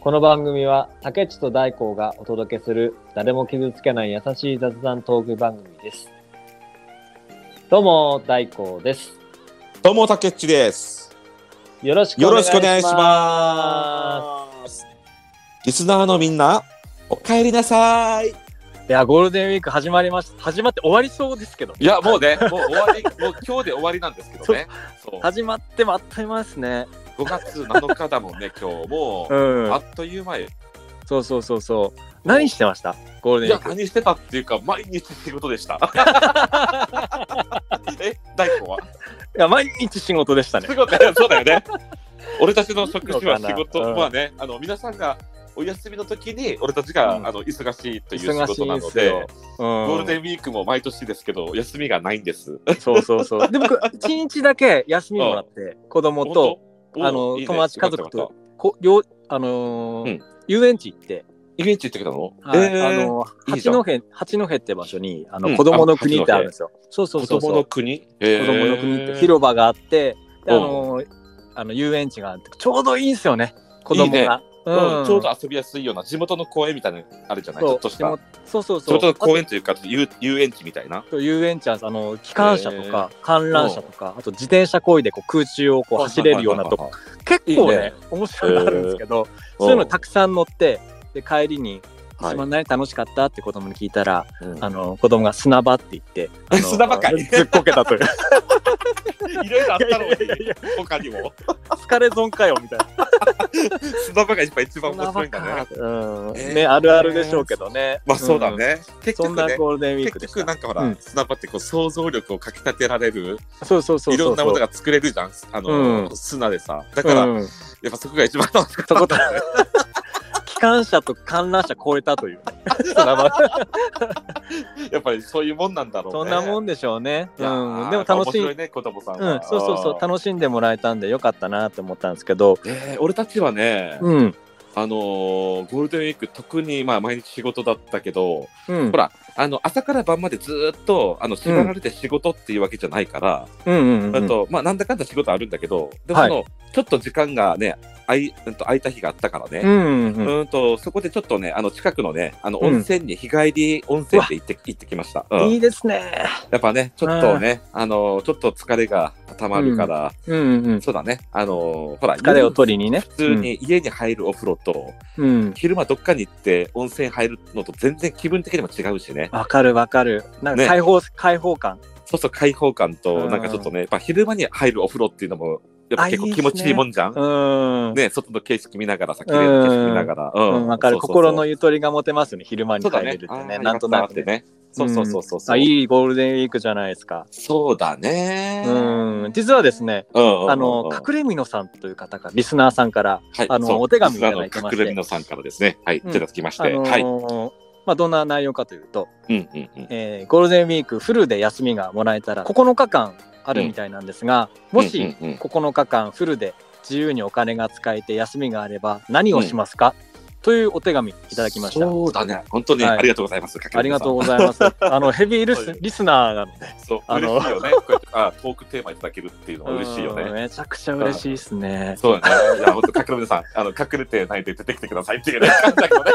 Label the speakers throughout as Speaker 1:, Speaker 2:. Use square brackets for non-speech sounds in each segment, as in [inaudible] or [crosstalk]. Speaker 1: この番組は竹内と大光がお届けする誰も傷つけない優しい雑談トーク番組です。どうも大光です。
Speaker 2: どうも、たけっちです。
Speaker 1: よろしく
Speaker 2: よ
Speaker 1: お願
Speaker 2: ろ
Speaker 1: い
Speaker 2: しくお願い
Speaker 1: し
Speaker 2: し
Speaker 1: ま
Speaker 2: ます。リスナーのみんな、お帰りなさい。
Speaker 1: す。いやゴールデンウィーク始まりました。始まって終わりそうですけど。
Speaker 2: いや、もうね、もう終わり、 [laughs] もう今日で終わりなんですけどね。そう、
Speaker 1: 始まってもあっという間ですね。
Speaker 2: 5月7日だもんね、今日もう。
Speaker 1: ん
Speaker 2: あっという間よ。
Speaker 1: そうそうそうそう。何してましたゴール
Speaker 2: い
Speaker 1: デン
Speaker 2: や
Speaker 1: ウィ、ーク。
Speaker 2: 何してたっていうか、毎日仕事でした。 [laughs] え、大根はい
Speaker 1: や毎日仕事でした
Speaker 2: [laughs]
Speaker 1: ね
Speaker 2: す。ごいねそうだよね。俺たちの職種は仕
Speaker 1: そうかな
Speaker 2: 事、
Speaker 1: うん
Speaker 2: まあね、あの、皆さんがお休みの時に、俺たちが、
Speaker 1: うん
Speaker 2: あの、忙しいという仕
Speaker 1: 忙し
Speaker 2: 事
Speaker 1: い
Speaker 2: なん
Speaker 1: で
Speaker 2: の
Speaker 1: す
Speaker 2: で。
Speaker 1: よ。うん
Speaker 2: ゴールデンウィークも毎年ですけど、休みがないんです。
Speaker 1: そうそ
Speaker 2: [laughs]
Speaker 1: うそう。で僕一日だけ休みもらって子供
Speaker 2: 本
Speaker 1: と。
Speaker 2: 当
Speaker 1: あの
Speaker 2: おいいね
Speaker 1: 友達
Speaker 2: よかった
Speaker 1: 家族と
Speaker 2: よかっ
Speaker 1: こ両あのー
Speaker 2: うん
Speaker 1: 遊園地行って、
Speaker 2: たイベント行ってきたの、
Speaker 1: はい
Speaker 2: えー
Speaker 1: あの
Speaker 2: いい
Speaker 1: 八
Speaker 2: じゃん
Speaker 1: 戸八戸って場所にあの、
Speaker 2: うん
Speaker 1: 子供の
Speaker 2: あ
Speaker 1: 国
Speaker 2: の
Speaker 1: ってあるんですよ。そうそうそう
Speaker 2: 子
Speaker 1: そう
Speaker 2: 供の国、えー
Speaker 1: 子供の国って広場があって、であ
Speaker 2: うん
Speaker 1: のーあの遊園地があってちょうどいいんですよね子供が。
Speaker 2: いいねうん
Speaker 1: ん
Speaker 2: ちょうど遊びやすいような地元の公園みたいなのあるじゃないちょ
Speaker 1: そ
Speaker 2: っ
Speaker 1: う
Speaker 2: とし
Speaker 1: で
Speaker 2: た
Speaker 1: もそうそう
Speaker 2: 地
Speaker 1: そう。
Speaker 2: 元の公園というか遊遊園地みたいな
Speaker 1: あと遊園地はあの機関車とか観覧車とか、あと自転車こいでこう空中をこう走れるようなと
Speaker 2: こ
Speaker 1: こ結構ね
Speaker 2: いいね
Speaker 1: 面白いのあるんですけど、そういうのたくさん乗ってで帰りに「
Speaker 2: はい
Speaker 1: 一番何楽しかった?」って子供に聞いたら、
Speaker 2: うん
Speaker 1: あの子供が砂場って言ってあの
Speaker 2: 砂場かい
Speaker 1: ずっこけたという
Speaker 2: [laughs] いろいろあったのに
Speaker 1: いやいやいや
Speaker 2: 他にも
Speaker 1: 疲れ損かよみたいな
Speaker 2: 砂場がやっぱ一番面白いんだね
Speaker 1: うん
Speaker 2: えー
Speaker 1: ねあるあるでしょうけどね
Speaker 2: まあそうだ、ね、
Speaker 1: うん
Speaker 2: 結
Speaker 1: そ
Speaker 2: 局
Speaker 1: んな
Speaker 2: ね
Speaker 1: ゴールデンウィーク
Speaker 2: 結
Speaker 1: でし
Speaker 2: 局
Speaker 1: た
Speaker 2: なんかほら、
Speaker 1: うん
Speaker 2: 砂場ってこう想像力をかき立てられる
Speaker 1: そうそうそうそう
Speaker 2: いろんなもの
Speaker 1: が
Speaker 2: が作れるじゃんあの、
Speaker 1: う
Speaker 2: 砂でさだから、
Speaker 1: うん、
Speaker 2: やっぱそこが一番楽し [laughs] かった
Speaker 1: そこだ機関車と観覧車超えたというね、砂場
Speaker 2: やっぱりそういうもんなんだろうね。
Speaker 1: そんなも
Speaker 2: ん。
Speaker 1: んでしょうね、
Speaker 2: いやー
Speaker 1: うん、でも楽
Speaker 2: 面
Speaker 1: し
Speaker 2: 白
Speaker 1: い
Speaker 2: いね、子供さん
Speaker 1: う
Speaker 2: は。
Speaker 1: ん、そうそうそう
Speaker 2: し
Speaker 1: 楽しんでもらえたんでよかったなと思ったんですけど、
Speaker 2: えー俺たちはね、
Speaker 1: うん
Speaker 2: あのーゴールデンウィーク、特にまあ毎日仕事だったけど、
Speaker 1: うん、
Speaker 2: ほら、あの朝から晩までずーっとあの縛られて仕事っていうわけじゃないから、
Speaker 1: うんうんうんうん
Speaker 2: あと、まあ、なんだかんだ仕事あるんだけど、でも
Speaker 1: はい
Speaker 2: その、ちょっと時間がね、あい [laughs] うんと空いた日があったから
Speaker 1: う
Speaker 2: ね。
Speaker 1: んうんう
Speaker 2: うん
Speaker 1: ん
Speaker 2: とそこでちょっとね、あの近くのね、あの温泉に、日帰り温泉で行って行ってきました。うん
Speaker 1: いいですね。
Speaker 2: やっぱね、ちょっとね、あのちょっと疲れが溜まるから、
Speaker 1: うんうん。
Speaker 2: そうだね、あのほら、
Speaker 1: 疲れを取りにね。
Speaker 2: 普通に家に入るお風呂と、
Speaker 1: うん。うん。
Speaker 2: 昼間どっかに行って温泉入るのと全然気分的にも違うしね、
Speaker 1: わかるわかる。なんか
Speaker 2: ね
Speaker 1: 解放、解放感。
Speaker 2: そうそう開放感
Speaker 1: う
Speaker 2: と、
Speaker 1: ん
Speaker 2: なんかちょっとね、やっぱ昼間に入るお風呂っていうのも、やっぱ結
Speaker 1: あいい
Speaker 2: 構
Speaker 1: っす
Speaker 2: 気持
Speaker 1: ね
Speaker 2: ちいいもんじゃん。
Speaker 1: うん。
Speaker 2: ね、外の景色見ながらさ、綺麗な景色見ながら。う
Speaker 1: うん、わかる。
Speaker 2: そうそうそう
Speaker 1: 心のゆとりが持てますね。昼間に
Speaker 2: そう
Speaker 1: 帰
Speaker 2: だ
Speaker 1: れ
Speaker 2: ね
Speaker 1: る。
Speaker 2: あ
Speaker 1: って
Speaker 2: ー
Speaker 1: ね。なんとなく
Speaker 2: よかったっ
Speaker 1: ね。
Speaker 2: てね。そうそうそうそうそう。
Speaker 1: あ、いいゴールデンウィークじゃないですか。
Speaker 2: そうだね。
Speaker 1: うん。実はですね、
Speaker 2: うんうんうんうん
Speaker 1: あの、隠れみのさんという方が、リスナーさんから、
Speaker 2: はい、
Speaker 1: あの
Speaker 2: そう
Speaker 1: お手紙いただいてまし
Speaker 2: リスナーの隠
Speaker 1: て
Speaker 2: れみのさんからですね。はい、い
Speaker 1: うん
Speaker 2: ただきまして。
Speaker 1: あの
Speaker 2: はい。
Speaker 1: ーまあ、どんな内容かというと、
Speaker 2: うんうんうん。
Speaker 1: えーゴールデンウィークフルで休みがもらえたら9日間あるみたいなんですが、もし、
Speaker 2: うんうんうん
Speaker 1: 9日間フルで自由にお金が使えて休みがあれば何をしますか、というお手紙いただきました。
Speaker 2: そうだね。本当に
Speaker 1: はい
Speaker 2: ありがとうございます。
Speaker 1: ありがとう
Speaker 2: う。
Speaker 1: ございます。 [laughs] あのヘビーリスリスナーなので、
Speaker 2: そう、
Speaker 1: あの
Speaker 2: 嬉しいよね。こうやってあトークテーマいただけるっていうのは嬉しいよ
Speaker 1: うん
Speaker 2: ね。
Speaker 1: めちゃくちゃ嬉しいですね。
Speaker 2: そうだね。いや、本当隠れみのさん、あの隠れてないで出てきてくださいっていうね。感じだけどね。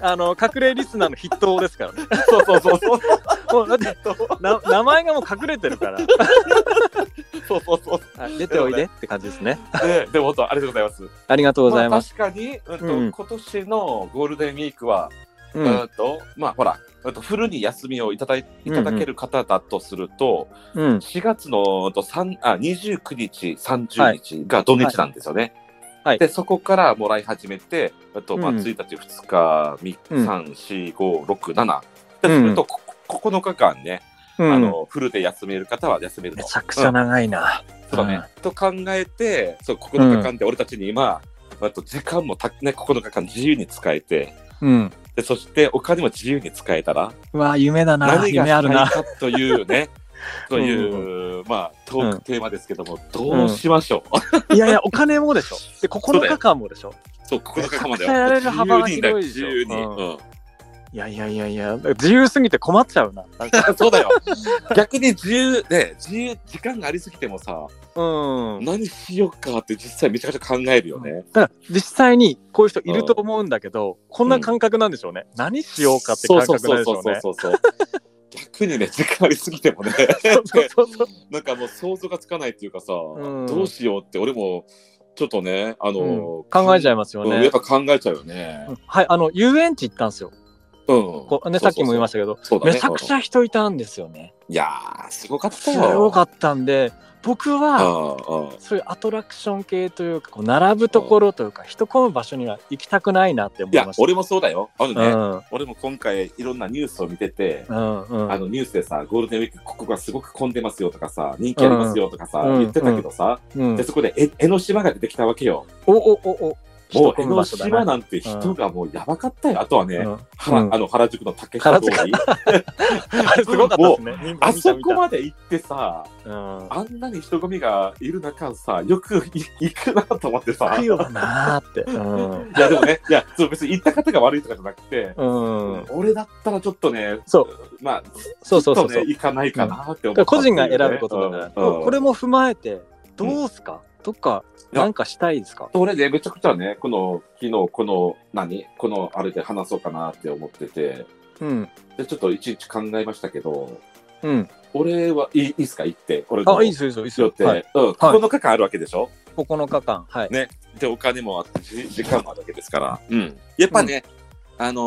Speaker 1: あの隠れリスナーの筆頭ですから、ね。 [laughs]
Speaker 2: そうそうそうそう。
Speaker 1: もうだってな名前がもう隠れてるから、
Speaker 2: そうそうそう。
Speaker 1: あ出ておいでって感じですね。
Speaker 2: で、でも本当ありがとうございます。
Speaker 1: ありがとうございます。
Speaker 2: す。確かに、うんと
Speaker 1: うん
Speaker 2: 今年のゴールデンウィークは、
Speaker 1: う
Speaker 2: うんん、とまあほら、うんとフルに休みをいただいいただける方だとすると、
Speaker 1: うん、
Speaker 2: 4月のうんと三あ29日、30日が土日なんですよね。
Speaker 1: はい
Speaker 2: で、そこからもらい始めて、あと、まあ、
Speaker 1: うん
Speaker 2: 1日、2日、3、
Speaker 1: うん
Speaker 2: 4、5、6、7。で、すると、こ9日間ね、
Speaker 1: うん
Speaker 2: あの、フルで休める方は休める
Speaker 1: め
Speaker 2: と。
Speaker 1: ちゃくちゃ長いな。
Speaker 2: そうだね。と考えて、そう、9日間で俺たちに今、あと時間もた、ね、9日間自由に使えて、
Speaker 1: うん、
Speaker 2: で、そしてお金も自由に使えたら、
Speaker 1: うわ夢だな。
Speaker 2: 何が
Speaker 1: 夢
Speaker 2: した
Speaker 1: あ
Speaker 2: い
Speaker 1: るな。
Speaker 2: かという
Speaker 1: [laughs]
Speaker 2: ね、という、
Speaker 1: う
Speaker 2: まあ、トークテーマですけども、どうしましょう。 [laughs]
Speaker 1: いやいやお金もでしょ。で9日間もでしょ。
Speaker 2: そう、9日間まで
Speaker 1: めちゃくちゃやれる幅が
Speaker 2: 自由にだよ
Speaker 1: 広いでしょ
Speaker 2: 自由に。うん
Speaker 1: いやいやいやいや、自由すぎて困っちゃうな。なんか
Speaker 2: そうだよ。逆に自由ね、自由、時間がありすぎてもさ、
Speaker 1: うん。
Speaker 2: 何しようかって実際めちゃくちゃ考えるよね。
Speaker 1: だから実際にこういう人いると思うんだけど、こんな感覚なんでしょうね。何しようかって感覚なんでしょうね。
Speaker 2: そうそうそうそうそう逆にね、時間ありすぎてもね、
Speaker 1: そうそうそう
Speaker 2: なんかもう想像がつかないっていうかさ、
Speaker 1: うん
Speaker 2: どうしようって俺もちょっとね、あの、
Speaker 1: 考えちゃ
Speaker 2: ゃ
Speaker 1: いますよ
Speaker 2: や
Speaker 1: ね
Speaker 2: っ。ぱ考えちゃうよね
Speaker 1: う。んはい、あの遊園地行ったんですよ。
Speaker 2: うん。
Speaker 1: こうね、さっきも言いま
Speaker 2: し
Speaker 1: したけど、
Speaker 2: た。そうだね。
Speaker 1: めちゃくちゃ人いたんですよ
Speaker 2: う
Speaker 1: ね。
Speaker 2: んいやー、すごかった
Speaker 1: す
Speaker 2: よ。
Speaker 1: ごか
Speaker 2: っ
Speaker 1: ったんで、僕
Speaker 2: た
Speaker 1: はそういうアトラクション系というか、こう並ぶところというか、人混む場所には行きたくないなって思
Speaker 2: い
Speaker 1: い
Speaker 2: や
Speaker 1: ま、した。
Speaker 2: 俺もそうだよ。あの
Speaker 1: う
Speaker 2: ね、
Speaker 1: ん、うん、
Speaker 2: 俺も今回いろんなニュースを見てて、
Speaker 1: うん、
Speaker 2: あのニュースでさ、ゴールデンウィーク、ここがすごく混んでますよとかさ、人気ありますよとかさ、
Speaker 1: うん
Speaker 2: 言ってたけどさ、
Speaker 1: うん
Speaker 2: で、そこでえ江ノ島が出てきたわけよ。
Speaker 1: おおおお、
Speaker 2: もう江
Speaker 1: 人混む
Speaker 2: ノ
Speaker 1: 場所だ
Speaker 2: 島
Speaker 1: な。
Speaker 2: なんて人がもうやばかったよ。あとはね、
Speaker 1: うん
Speaker 2: 原
Speaker 1: うん
Speaker 2: あの原宿の竹下通 [laughs] り、
Speaker 1: [laughs] あれすごかったですね。見た
Speaker 2: あそこ、
Speaker 1: 見
Speaker 2: まで行ってさ、
Speaker 1: たうん
Speaker 2: あんなに人混みがいる中さ、よくい [laughs] 行くなと思ってさ
Speaker 1: 行く、よなーって。うん
Speaker 2: いやでもね、いやそう別に行った方が悪いとかじゃなくて、
Speaker 1: うん、
Speaker 2: 俺だったらちょっとね、
Speaker 1: そう
Speaker 2: まあ、
Speaker 1: そうそうそう
Speaker 2: ちょ
Speaker 1: そ
Speaker 2: っと
Speaker 1: う。
Speaker 2: ね、行かないかなって
Speaker 1: だ
Speaker 2: 思っ
Speaker 1: か
Speaker 2: た
Speaker 1: ら個人が選ぶことだから、
Speaker 2: うんうん
Speaker 1: これも踏まえてどうすか、どっか
Speaker 2: いや
Speaker 1: なんかしたいですか
Speaker 2: 俺ね、めちゃくちゃね、この、昨日、この、何この、あれで話そうかなって思ってて、
Speaker 1: うん
Speaker 2: で、ちょっといちいち考えましたけど、
Speaker 1: うん
Speaker 2: 俺は、いいいいっすか、行って。俺の
Speaker 1: あいいですよいいですよ
Speaker 2: よ
Speaker 1: いい
Speaker 2: っ
Speaker 1: で
Speaker 2: て、
Speaker 1: すよ、はい、
Speaker 2: うん、9日間あるわけでしょ、
Speaker 1: 9日間はい、
Speaker 2: ね。で、お金もあって、じ時間もあるわけですから。うん。やっぱね、あの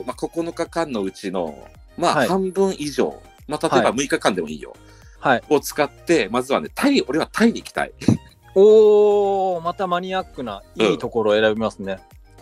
Speaker 2: ーまあ、9日間のうちの、まあ、
Speaker 1: はい
Speaker 2: 半分以上、まあ、例えば
Speaker 1: はい
Speaker 2: 6日間でもいいよ。
Speaker 1: はい、
Speaker 2: を使って、まずはね、タイ、俺はタイに行きたい。
Speaker 1: おーまたマニアックな
Speaker 2: うん
Speaker 1: いいところを選びますね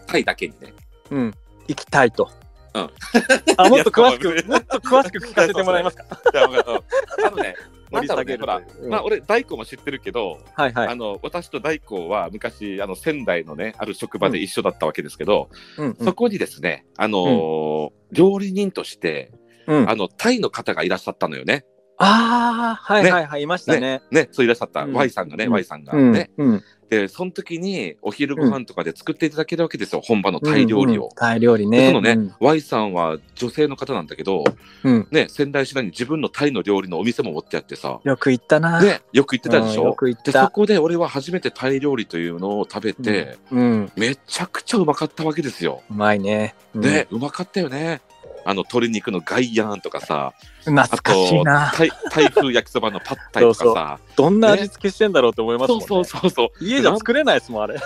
Speaker 2: タイだけにね。
Speaker 1: うん、行きたいと、
Speaker 2: うん、
Speaker 1: [laughs] あもっと詳し
Speaker 2: [laughs] いや
Speaker 1: くもっと詳しく聞かせてもらえますか
Speaker 2: いや、わかるうんあの
Speaker 1: [laughs]
Speaker 2: ね、 [laughs] なんだろうね、ほら、
Speaker 1: うん
Speaker 2: まあ、俺、大工も知ってるけど、
Speaker 1: はいは
Speaker 2: あ
Speaker 1: い
Speaker 2: の私と大工は昔あの仙台のねある職場で一緒だったわけですけど、
Speaker 1: うん
Speaker 2: そこにですねあのー料理人として
Speaker 1: うん
Speaker 2: あのタイの方がいらっしゃったのよね。
Speaker 1: あーはいはいはい、いましたね
Speaker 2: ねそういらっしゃった、
Speaker 1: うん
Speaker 2: Y さんがね、
Speaker 1: うん
Speaker 2: Y さんが
Speaker 1: うん
Speaker 2: ね。
Speaker 1: うん、
Speaker 2: でその時にお昼ご飯とかで作っていただけるわけですよ、本場のタイ料理を。
Speaker 1: うんタイ料理
Speaker 2: で
Speaker 1: ね
Speaker 2: そのね、
Speaker 1: うん
Speaker 2: Y さんは女性の方なんだけど、
Speaker 1: うん
Speaker 2: ね、仙台市内に自分のタイの料理のお店も持ってやってさ、
Speaker 1: よく行ったな、
Speaker 2: ね、よく行ってたでし
Speaker 1: うんよ
Speaker 2: ょ、
Speaker 1: く行っ
Speaker 2: でそ
Speaker 1: た
Speaker 2: こで俺は初めてタイ料理というのを食べて、
Speaker 1: うん
Speaker 2: めちゃくちゃうまかったわけですよ。
Speaker 1: うまいね。うん
Speaker 2: ね、うまかったよね。あの鶏肉のガイヤーンとかさ、
Speaker 1: 懐
Speaker 2: あ
Speaker 1: かしい
Speaker 2: と
Speaker 1: な。
Speaker 2: 台台風焼きそばのパッタイとかさ、
Speaker 1: どんな
Speaker 2: ね
Speaker 1: 味付けしてんだろうと思いますも
Speaker 2: そ
Speaker 1: ん
Speaker 2: う
Speaker 1: ね。
Speaker 2: そうそうそう、
Speaker 1: 家じゃ作れないですもん、あれ。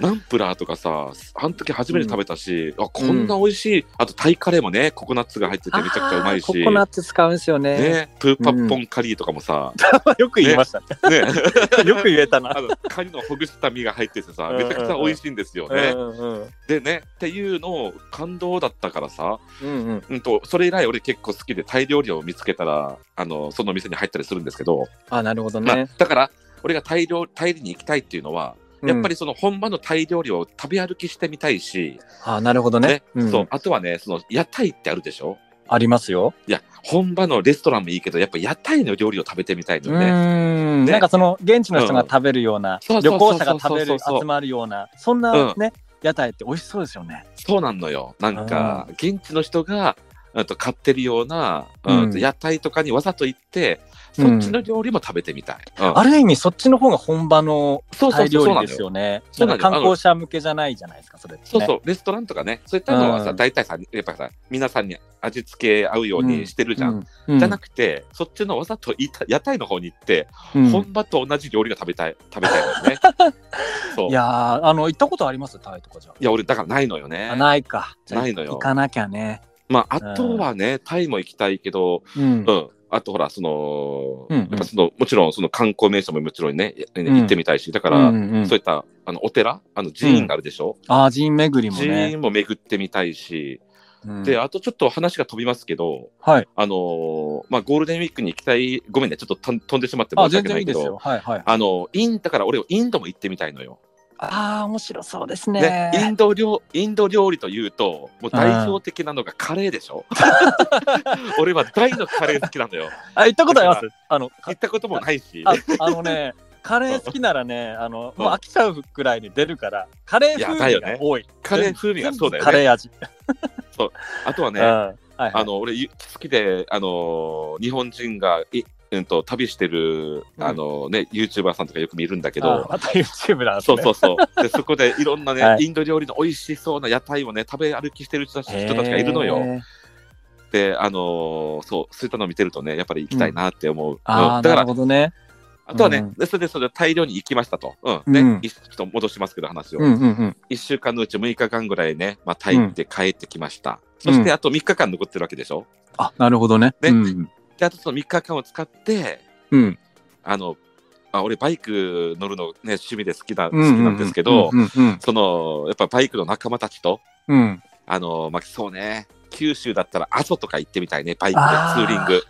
Speaker 2: ナンプラーとかさ、あの時初めて食べたし、あこんな美味しい、あとタイカレーもね、ココナッツが入っててめちゃくちゃうまいし、
Speaker 1: あーココナッツ使うんですよね。
Speaker 2: ね、トゥーパッポンカリーとかもさ、
Speaker 1: [laughs] よく言いましたね。
Speaker 2: ね、 [laughs]
Speaker 1: よく言えたな。
Speaker 2: あのカニのほぐした身が入っててさ、
Speaker 1: うんうんうん
Speaker 2: めちゃくちゃ美味しいんですよ
Speaker 1: うん
Speaker 2: ね。
Speaker 1: うん
Speaker 2: でね、っていうのを感動だったからさ、
Speaker 1: うんうん。
Speaker 2: うんと、それ以来俺結構好きでタイ料理を見つけたら、あの、その店に入ったりするんですけど、
Speaker 1: あ、なるほど
Speaker 2: まあ
Speaker 1: ね。、
Speaker 2: だから俺がタイ料タイに行きたいっていうのは、やっぱ
Speaker 1: り。
Speaker 2: りその本場のタイ料理を食べ歩きしてみたいし、
Speaker 1: あ、なるほどね。うん
Speaker 2: そうあとはねその屋台ってあるでしょ
Speaker 1: ありますよ。
Speaker 2: いや本場のレストランもいいけどやっぱ屋台の料理を食べてみたいうのよね、
Speaker 1: ーん。
Speaker 2: ね
Speaker 1: なんかその現地の人が食べるような、
Speaker 2: うん
Speaker 1: 旅行者が
Speaker 2: そうそ
Speaker 1: 食べ
Speaker 2: うそう
Speaker 1: る、
Speaker 2: そうそう
Speaker 1: 集まるような、そん
Speaker 2: うん
Speaker 1: なね、屋台って美味しそうですよね。
Speaker 2: そうなんのよなんか現地の人がうんと買ってるような、うん
Speaker 1: うん
Speaker 2: 屋台とかにわざと行って
Speaker 1: う
Speaker 2: そっ
Speaker 1: ん
Speaker 2: ちの料理も食べてみたい、
Speaker 1: ある意味そっちの方が本場の
Speaker 2: そう
Speaker 1: タ
Speaker 2: そう
Speaker 1: イ
Speaker 2: そう
Speaker 1: 料
Speaker 2: そうな
Speaker 1: 理
Speaker 2: ん
Speaker 1: で
Speaker 2: だ
Speaker 1: す
Speaker 2: よ
Speaker 1: よね。
Speaker 2: そうな
Speaker 1: なんん
Speaker 2: だよ
Speaker 1: か観光者向けじゃないじゃないですか、それってね。
Speaker 2: そうそう、レストランとかねそういったのはさ、
Speaker 1: うん
Speaker 2: 大体さやっぱさ皆さんに味付け合うようにしてるじゃん、
Speaker 1: うん。
Speaker 2: じゃなくてそっちのわざといた屋台の方に行って
Speaker 1: うん
Speaker 2: 本場と同じ料理が食べたい食べたいの
Speaker 1: [laughs]
Speaker 2: ねそう
Speaker 1: い
Speaker 2: いや
Speaker 1: やーあの行ったことありますタイとかじゃ、
Speaker 2: 俺だからないのよね
Speaker 1: あないかじゃあ
Speaker 2: ないのよ
Speaker 1: 行かなきゃね
Speaker 2: まああとはね、タイも行きたいけど
Speaker 1: うん
Speaker 2: うんあとほらその、
Speaker 1: うんうん
Speaker 2: やっぱそのもちろんその観光名所ももちろんね
Speaker 1: ん
Speaker 2: 行ってみたいしだから、
Speaker 1: うんうん
Speaker 2: そういったあのお寺あの寺院があるでしょ、
Speaker 1: あー寺院巡りも
Speaker 2: 寺
Speaker 1: ね、
Speaker 2: 院も巡ってみたいし、
Speaker 1: うん
Speaker 2: であとちょっと話が飛びますけど
Speaker 1: はい
Speaker 2: あのーまあゴールデンウィークに行きたいごめんねちょっととん飛んでしまって
Speaker 1: あ
Speaker 2: 申し
Speaker 1: 全
Speaker 2: 訳な
Speaker 1: 然い
Speaker 2: い
Speaker 1: い
Speaker 2: け
Speaker 1: です
Speaker 2: ど
Speaker 1: よはいはい
Speaker 2: あのインだから俺インドも行ってみたいのよ。
Speaker 1: ああ面白そうです
Speaker 2: ね
Speaker 1: ね、
Speaker 2: インド料インド料理というともう代表的なのがカレーでし
Speaker 1: [laughs]
Speaker 2: ょ俺は大のカレー好きなのよ
Speaker 1: あ行ったことありますあの
Speaker 2: 行ったこともないし
Speaker 1: ああのねカレー好きならね、あの、もう飽きちゃうくらいに出るから、カレー風味が多い。
Speaker 2: カレー風味がそうだよ
Speaker 1: カ
Speaker 2: ね。
Speaker 1: レー味。
Speaker 2: あとは
Speaker 1: う
Speaker 2: ね、
Speaker 1: ん。はいはい。
Speaker 2: あの俺ゆ好きであのー日本人がいうんと旅してる
Speaker 1: うん
Speaker 2: あのーね、ユーチューバーさんとかよく見るんだけ
Speaker 1: あ
Speaker 2: ど。
Speaker 1: また YouTube なんです
Speaker 2: そ
Speaker 1: ね。
Speaker 2: うそうそう。で、そこでいろんなね、
Speaker 1: はい
Speaker 2: インド料理の美味しそうな屋台をね、食べ歩きしてる人たち人たちがいるの
Speaker 1: へ
Speaker 2: よ。
Speaker 1: ー。
Speaker 2: で、あのーそう、そういったのを見てるとね、やっぱり行きたいなって思う。うん
Speaker 1: ああ、
Speaker 2: だか
Speaker 1: な
Speaker 2: ら、
Speaker 1: るほどね。
Speaker 2: あとはね、
Speaker 1: うん
Speaker 2: でそれでそれで大量に行きましたと。うん。ね、
Speaker 1: うん
Speaker 2: いちょっと戻しますけど話を。
Speaker 1: うんうんうん。
Speaker 2: 1週間のうち6日間ぐらいね、まあ、タイ行って帰ってきました。
Speaker 1: うん
Speaker 2: そしてあと3日間残ってるわけでしょ。
Speaker 1: あ、なるほどね。
Speaker 2: ね
Speaker 1: うん。
Speaker 2: で、あとその3日間を使って、
Speaker 1: うん。
Speaker 2: あの、あ俺バイク乗るのね、趣味で好きだ、好き
Speaker 1: うん
Speaker 2: なんですけど、
Speaker 1: うんうん
Speaker 2: その、やっぱバイクの仲間たちと、
Speaker 1: うん。うん
Speaker 2: あの、まあ、そうね、九州だったら阿蘇とか行ってみたいね、バイクでツ
Speaker 1: あー
Speaker 2: ーリング。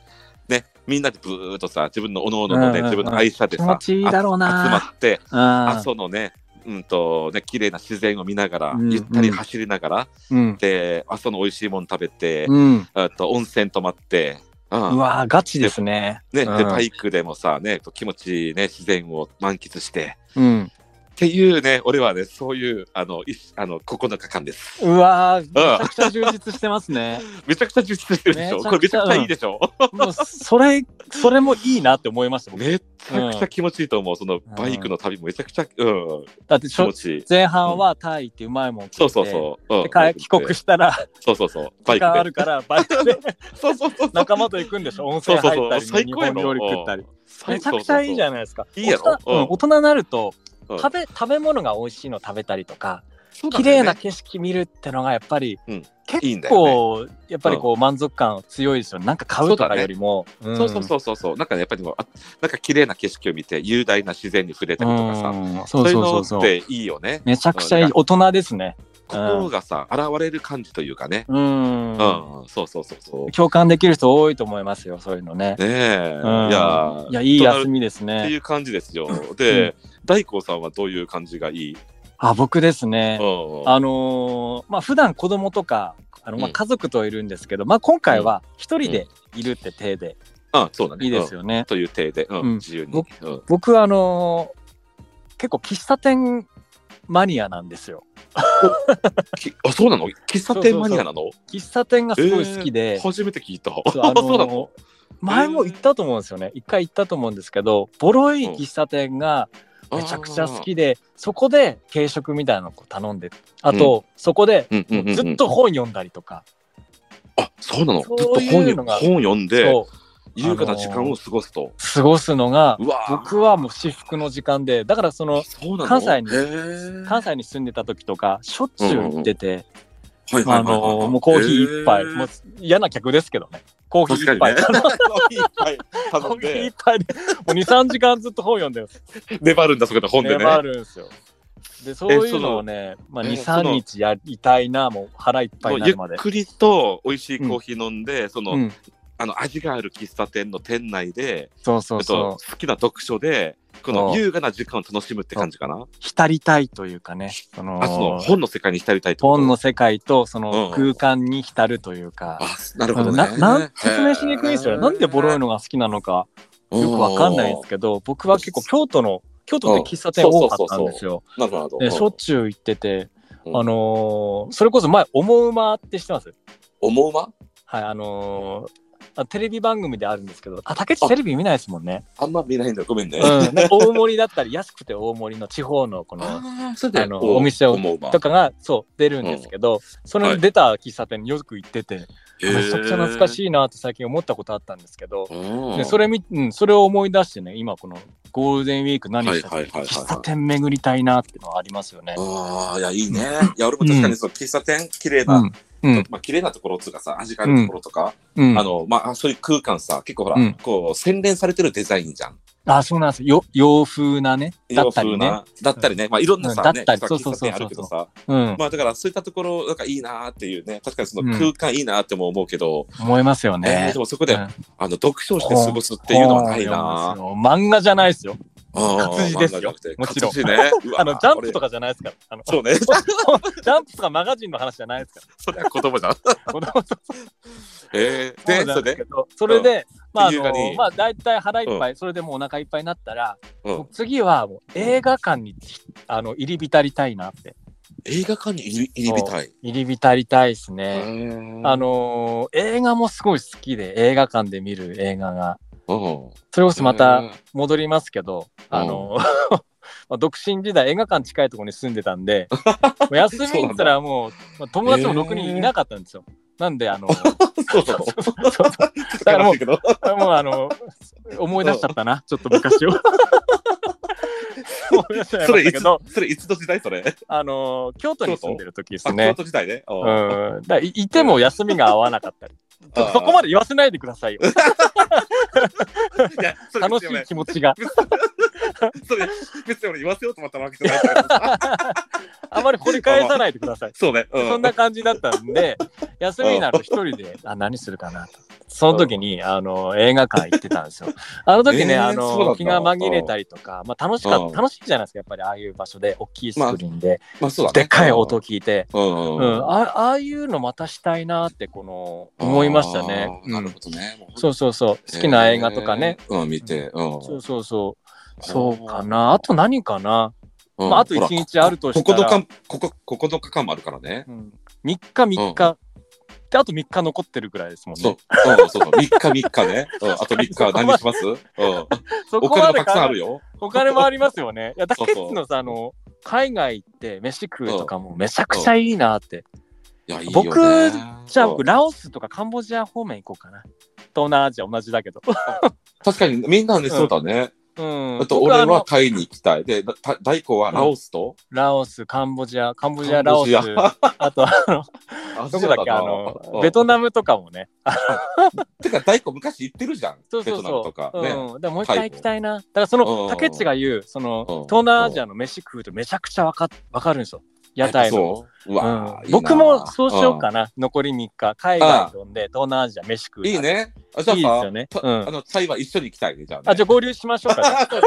Speaker 2: ね、みんなでブーっとさ、自分のおのおのの
Speaker 1: うんう
Speaker 2: ね、
Speaker 1: んうん
Speaker 2: 自分の愛車で
Speaker 1: 気持
Speaker 2: さ、
Speaker 1: ちいいだろうな
Speaker 2: 集まって、阿
Speaker 1: あ
Speaker 2: 蘇のね、うんとね、綺麗な自然を見ながら
Speaker 1: う、んうん
Speaker 2: ゆったり走りながら、
Speaker 1: ーうん。
Speaker 2: で、阿蘇の美味しいもの食べて、
Speaker 1: うん。
Speaker 2: あと温泉泊まって、うん
Speaker 1: うわーガチですね。
Speaker 2: ね、
Speaker 1: うん
Speaker 2: でバイクでもさ、ね、気持ちいい、ね、自然を満喫して
Speaker 1: うん。
Speaker 2: っていうね、俺はね、そういうあのいあの9日間です。
Speaker 1: うわーめちゃくちゃ充実してますね。 [laughs]
Speaker 2: めちゃくちゃ充実してるでしょ、
Speaker 1: めちゃくちゃ
Speaker 2: これめちゃくちゃいいでしょ、
Speaker 1: もうそれ、それもいいなって思いました、僕
Speaker 2: めちゃくちゃ気持ちいいと思う、そのバイクの旅もめちゃくちゃ、うん、
Speaker 1: だってし
Speaker 2: 気
Speaker 1: ょ
Speaker 2: 持、ちいい。
Speaker 1: 前半はタイ行ってうまいもん
Speaker 2: そ
Speaker 1: 食
Speaker 2: う
Speaker 1: って。
Speaker 2: そうそう、うん
Speaker 1: で帰帰国したら、
Speaker 2: そうそうそう、バ
Speaker 1: 時
Speaker 2: イ
Speaker 1: 間あ
Speaker 2: ク
Speaker 1: る
Speaker 2: で。
Speaker 1: から、バイクで [laughs]
Speaker 2: そうそうそう、
Speaker 1: 仲間と行くんでしょ温
Speaker 2: そ
Speaker 1: 泉
Speaker 2: うそう
Speaker 1: 入
Speaker 2: そ
Speaker 1: った
Speaker 2: う、最
Speaker 1: りね、日
Speaker 2: 高や
Speaker 1: 本
Speaker 2: ろ
Speaker 1: 料理。食ったり。
Speaker 2: うん
Speaker 1: めちゃくちゃいいじゃ
Speaker 2: ん。
Speaker 1: ないですか。
Speaker 2: いいやろ
Speaker 1: 大人うん
Speaker 2: うん
Speaker 1: 大人になると、
Speaker 2: うん
Speaker 1: 食べ、食べ物が美味しいの食べたりとか、
Speaker 2: そうなん
Speaker 1: 綺
Speaker 2: だよ
Speaker 1: 麗
Speaker 2: ね
Speaker 1: な景色見るってのがやっぱり、
Speaker 2: うんいいん
Speaker 1: 結
Speaker 2: だよね
Speaker 1: 構、やっぱりこう満足感強いですよね。なんか買うとかよりも。ん
Speaker 2: そうそうそうそうそう、なんかねやっぱりもうあなんか綺麗な景色を見て雄大な自然に触れたりとかさ、
Speaker 1: うん
Speaker 2: そ
Speaker 1: そうう
Speaker 2: い
Speaker 1: そううそう
Speaker 2: の
Speaker 1: そ
Speaker 2: っ
Speaker 1: う。
Speaker 2: ていいよね。
Speaker 1: めちゃくちゃいい
Speaker 2: うん
Speaker 1: 大人ですね。
Speaker 2: 心がさ、現れる感じというかね。
Speaker 1: う
Speaker 2: う。
Speaker 1: ん
Speaker 2: ん、そうそうそうそう。
Speaker 1: 共感できる人多いと思いますよ、そういうの
Speaker 2: ね
Speaker 1: ね。
Speaker 2: え、
Speaker 1: うん
Speaker 2: いや
Speaker 1: いや、いい休
Speaker 2: み。
Speaker 1: みです
Speaker 2: ってい
Speaker 1: ね。
Speaker 2: う感じですよ。で、大光さんはどういう感じがいい、
Speaker 1: あ、僕です
Speaker 2: う
Speaker 1: ね。
Speaker 2: ん、
Speaker 1: あのーまあ、普段子供とか、あの、ま
Speaker 2: う
Speaker 1: あ、
Speaker 2: ん
Speaker 1: 家族といるんですけど、まあ、今回は一人でいるって体で
Speaker 2: あそうだね。
Speaker 1: いいです
Speaker 2: よ。
Speaker 1: よね。
Speaker 2: という体で、うん
Speaker 1: うん
Speaker 2: 自由に。
Speaker 1: 僕
Speaker 2: うん
Speaker 1: 僕は、あのー結構喫茶店マニアなんですよ。
Speaker 2: きあ、そうなの喫茶店マニアなの
Speaker 1: 喫茶店がすごい好きで、
Speaker 2: 初めて聞いた。
Speaker 1: そうあ
Speaker 2: [laughs]
Speaker 1: の
Speaker 2: そうなの
Speaker 1: 前も行ったと思うんですよね。一回行ったと思うんですけど、ボロい喫茶店がめちゃくちゃ好。きで、そこで軽食みたいなのを頼んで、あと、そこで
Speaker 2: うんうんうんうん
Speaker 1: ずっと本読んだりとか、
Speaker 2: あ、そうなのずっと
Speaker 1: そう
Speaker 2: 本
Speaker 1: いう
Speaker 2: 読本
Speaker 1: のが
Speaker 2: 読んで、
Speaker 1: そう
Speaker 2: 優雅な時間を過ごすと。
Speaker 1: 過ごすのが
Speaker 2: うわー
Speaker 1: 僕はもう至福の時間でだからその
Speaker 2: そうなの
Speaker 1: 関西に
Speaker 2: へー
Speaker 1: 関西に住んでた時とかしょっちゅう行ってて、
Speaker 2: はいはいは
Speaker 1: あ
Speaker 2: いはい
Speaker 1: のもうコーヒー一杯、もう嫌な客ですけどねコーヒー一杯、
Speaker 2: へーコーヒー一杯
Speaker 1: コ
Speaker 2: 頼ん
Speaker 1: ーヒー
Speaker 2: で
Speaker 1: 一杯でもう23時間ずっと本読んでるんです
Speaker 2: 粘るんだそこで本でね
Speaker 1: あるんですよでそういうのをね、まあ、
Speaker 2: えその
Speaker 1: 23日やりたいなもう腹いっぱ
Speaker 2: も
Speaker 1: いに
Speaker 2: う
Speaker 1: な
Speaker 2: ゆっ
Speaker 1: るまで。
Speaker 2: くりと美味しいコーヒー飲んで、その,、
Speaker 1: うん、
Speaker 2: あの味がある喫茶店の店内で
Speaker 1: そうそう
Speaker 2: え
Speaker 1: そ
Speaker 2: っと好きな読書でこ
Speaker 1: そ
Speaker 2: の
Speaker 1: う
Speaker 2: 優雅な時間を楽しむって感じかな
Speaker 1: う浸りたいというかねその
Speaker 2: あその本の世界に浸りたいってこと
Speaker 1: 本の世界とそ
Speaker 2: うん
Speaker 1: の空間に浸るというか、
Speaker 2: あなるほどね
Speaker 1: ななん説明しにくいんですよね。なんでボロいのが好きなのか
Speaker 2: の
Speaker 1: よくわかんないんですけど、僕は結構京都の、京都って喫茶店多かったんですよ。
Speaker 2: なるほど
Speaker 1: でしょっちゅう行ってて、
Speaker 2: うん
Speaker 1: あのーそれこそ前、おもうまって知ってます
Speaker 2: 思うま
Speaker 1: はい、あのーあテレビ番組であるんですけど、あ、竹内テレビ見ないですもんね。 [laughs]
Speaker 2: あんま見ないんだごめんね、
Speaker 1: う
Speaker 2: [laughs]
Speaker 1: ん、なんか大盛りだったり、安くて大盛りの地方のこの、
Speaker 2: あーそれ
Speaker 1: あのお店を
Speaker 2: 思うま
Speaker 1: とかが、そう、出るんですけど、それに出た喫茶店によく行ってて、めちゃくちゃ懐か
Speaker 2: い、
Speaker 1: しいなって最近思ったことあったんですけど、
Speaker 2: うん
Speaker 1: でそれみ、うん、それを思い出してね、今このゴールデンウィーク何してたか、
Speaker 2: はいはいはいはい
Speaker 1: 喫茶店巡りたいなっていうのはありますよね。
Speaker 2: ああ、いや、いいね。いや、俺も確かにその喫茶店、綺麗な、
Speaker 1: うん、うん、
Speaker 2: まあ、綺麗なところとかさ、味があるところとか、
Speaker 1: うん。
Speaker 2: あ
Speaker 1: あ
Speaker 2: の、まあ、そういう空間さ、結構ほら、
Speaker 1: うん
Speaker 2: こう、洗練されてるデザインじゃん。
Speaker 1: そうなんですよ。よ洋風なね、だったりね。
Speaker 2: な。だったりね。まあ、いろんなさ、
Speaker 1: うん
Speaker 2: ね、
Speaker 1: だったり
Speaker 2: さ
Speaker 1: そうそう
Speaker 2: 喫
Speaker 1: そうそう
Speaker 2: 茶店あるけどさ。
Speaker 1: うん、
Speaker 2: まあ、だから、そういったところ、なんかいいなーっていうね、確かにその空間いいなーっても思うけど、
Speaker 1: 思いますよ
Speaker 2: えー
Speaker 1: ね
Speaker 2: で。もそこで、
Speaker 1: うん
Speaker 2: あの、読書をして過ごすっていうのはないなー。
Speaker 1: そうなんですよ漫画じゃないですよ。
Speaker 2: うん
Speaker 1: 活字ですよ
Speaker 2: 漫画じゃなくて
Speaker 1: もちろん
Speaker 2: 活字
Speaker 1: [laughs]
Speaker 2: ね。
Speaker 1: あの、ジャンプと
Speaker 2: か。
Speaker 1: かじゃないですから。あの
Speaker 2: そうね。
Speaker 1: ジャンプとかマガジンの話じゃないですか
Speaker 2: [laughs]
Speaker 1: [laughs]
Speaker 2: それは言葉じゃん。
Speaker 1: ら。子供と
Speaker 2: えー
Speaker 1: そ
Speaker 2: で、
Speaker 1: うな
Speaker 2: それ
Speaker 1: んで
Speaker 2: で
Speaker 1: すけ、どそれで、まあ、あ
Speaker 2: 夕方に
Speaker 1: の、まあ、大体腹いっぱい、それでもうお腹いっぱいになったら、
Speaker 2: うん
Speaker 1: もう次はもう映画館に、あの、入り浸りたいなって。
Speaker 2: 映画館に入り入り浸り
Speaker 1: 入り浸りたいです
Speaker 2: たい。
Speaker 1: ね。
Speaker 2: うん
Speaker 1: あ、のー映画もすごい好きで、映画館で見る映画が。
Speaker 2: うん
Speaker 1: それこそまた、戻りますけど、
Speaker 2: うん
Speaker 1: あの [laughs] まあ独身時代映画館近いところに住んでた
Speaker 2: [laughs]
Speaker 1: んでもう休みに行ったらもうまあ友達も6人いなかったんですよ。なんであの
Speaker 2: そう
Speaker 1: [laughs]
Speaker 2: なの
Speaker 1: そう
Speaker 2: だからもう、そ
Speaker 1: もう
Speaker 2: [laughs]
Speaker 1: あの思い出しちゃったなちょっと昔を。思い出しちゃいま
Speaker 2: れ
Speaker 1: し
Speaker 2: い
Speaker 1: た
Speaker 2: つ
Speaker 1: けど、
Speaker 2: それいつの時代それ。
Speaker 1: あの京都に住んでる時です
Speaker 2: あ、京
Speaker 1: ね。
Speaker 2: 都時代ね。う
Speaker 1: うんん、だからいいても休みが合わなかった
Speaker 2: [laughs]
Speaker 1: りそそこまで言わせないでくださいよ
Speaker 2: いやそれ
Speaker 1: 楽
Speaker 2: 別
Speaker 1: し
Speaker 2: に
Speaker 1: い
Speaker 2: 俺
Speaker 1: 気持
Speaker 2: [laughs]
Speaker 1: ちが
Speaker 2: それ別に俺言わせようと思ったわけじゃないから。
Speaker 1: あまり掘り返さないでください
Speaker 2: そうね。う
Speaker 1: そんな感じだったんで、休みになると一人で、あ、何するかなと。その時に、あの、映画館行ってたんですよ。あの時ね、
Speaker 2: えーそ
Speaker 1: あ
Speaker 2: うなんだ
Speaker 1: の、気が紛れたりとか、まあ楽しか
Speaker 2: うん
Speaker 1: った、楽しいじゃないですか、やっぱりああいう場所で、大きいスクリーンで、
Speaker 2: まあそうだね。
Speaker 1: でっかい音聞いて、
Speaker 2: うん。う
Speaker 1: う、
Speaker 2: んん。
Speaker 1: あああいうのまたしたいなって、この、思いましたね。
Speaker 2: あー
Speaker 1: う
Speaker 2: なる
Speaker 1: ん
Speaker 2: ほどね。もう
Speaker 1: そうそうそう、好きな映画とかね。。
Speaker 2: えーうん、見て。うん。
Speaker 1: そうそうそう。そうかな。あと何かな。
Speaker 2: うん
Speaker 1: まああと
Speaker 2: ほら
Speaker 1: 一日あるとしたら
Speaker 2: 9日、ここ、9日間もあるからね。
Speaker 1: うん、3日3日。で、あと3日残ってるぐらいですもんね。
Speaker 2: そう、うん、そうそう、3日3日ね。うん、あと3日何しますうん。
Speaker 1: そ
Speaker 2: お
Speaker 1: こま
Speaker 2: 金も
Speaker 1: で
Speaker 2: たくさんあるよ。
Speaker 1: お金もありますよね。いや、だ
Speaker 2: そ
Speaker 1: け
Speaker 2: うそう
Speaker 1: どのさ、あの、海外行って飯食うとかもめちゃくちゃいいなって。
Speaker 2: いや、いいよ、ね。
Speaker 1: 僕じゃあ
Speaker 2: うん
Speaker 1: 僕、ラオスとかカンボジア方面行こうかな。東南アジア同じだけど。
Speaker 2: 確かにみんなね、そうだね。
Speaker 1: うん。
Speaker 2: あと
Speaker 1: 僕
Speaker 2: 俺
Speaker 1: あの
Speaker 2: はタイに行きたい。で、だた大工はラオスと、
Speaker 1: ラオス、カンボジア、カンボジ
Speaker 2: カ
Speaker 1: ア、
Speaker 2: ン
Speaker 1: ラ
Speaker 2: ボ
Speaker 1: オス
Speaker 2: ジア、 [laughs]
Speaker 1: あと、あの、
Speaker 2: あ
Speaker 1: どこだっけ、あの、ベト
Speaker 2: ナ
Speaker 1: ナムとかもね。
Speaker 2: ム。てか大工昔行ってるじゃん。
Speaker 1: そうそ
Speaker 2: ベ
Speaker 1: う
Speaker 2: トナム
Speaker 1: そ
Speaker 2: と
Speaker 1: う
Speaker 2: か。。
Speaker 1: う
Speaker 2: ね。
Speaker 1: ん。だからもう一回行きたいな。だからその、
Speaker 2: うん
Speaker 1: 竹内が言う、そ
Speaker 2: うん
Speaker 1: の、東南アジアの飯食うとめちゃくちゃわかわかるんですよ。屋台の。
Speaker 2: そう。うわ、
Speaker 1: うん、僕もそうしようかな、残り3日海外飛んで東南アジア飯食う
Speaker 2: な。いいね。あじゃあさ
Speaker 1: いいですよね
Speaker 2: と
Speaker 1: うん
Speaker 2: あのタイは一緒に行きたいねじゃあ、ね。
Speaker 1: あじゃあ合流しましょうか、
Speaker 2: [laughs]
Speaker 1: ね、
Speaker 2: そう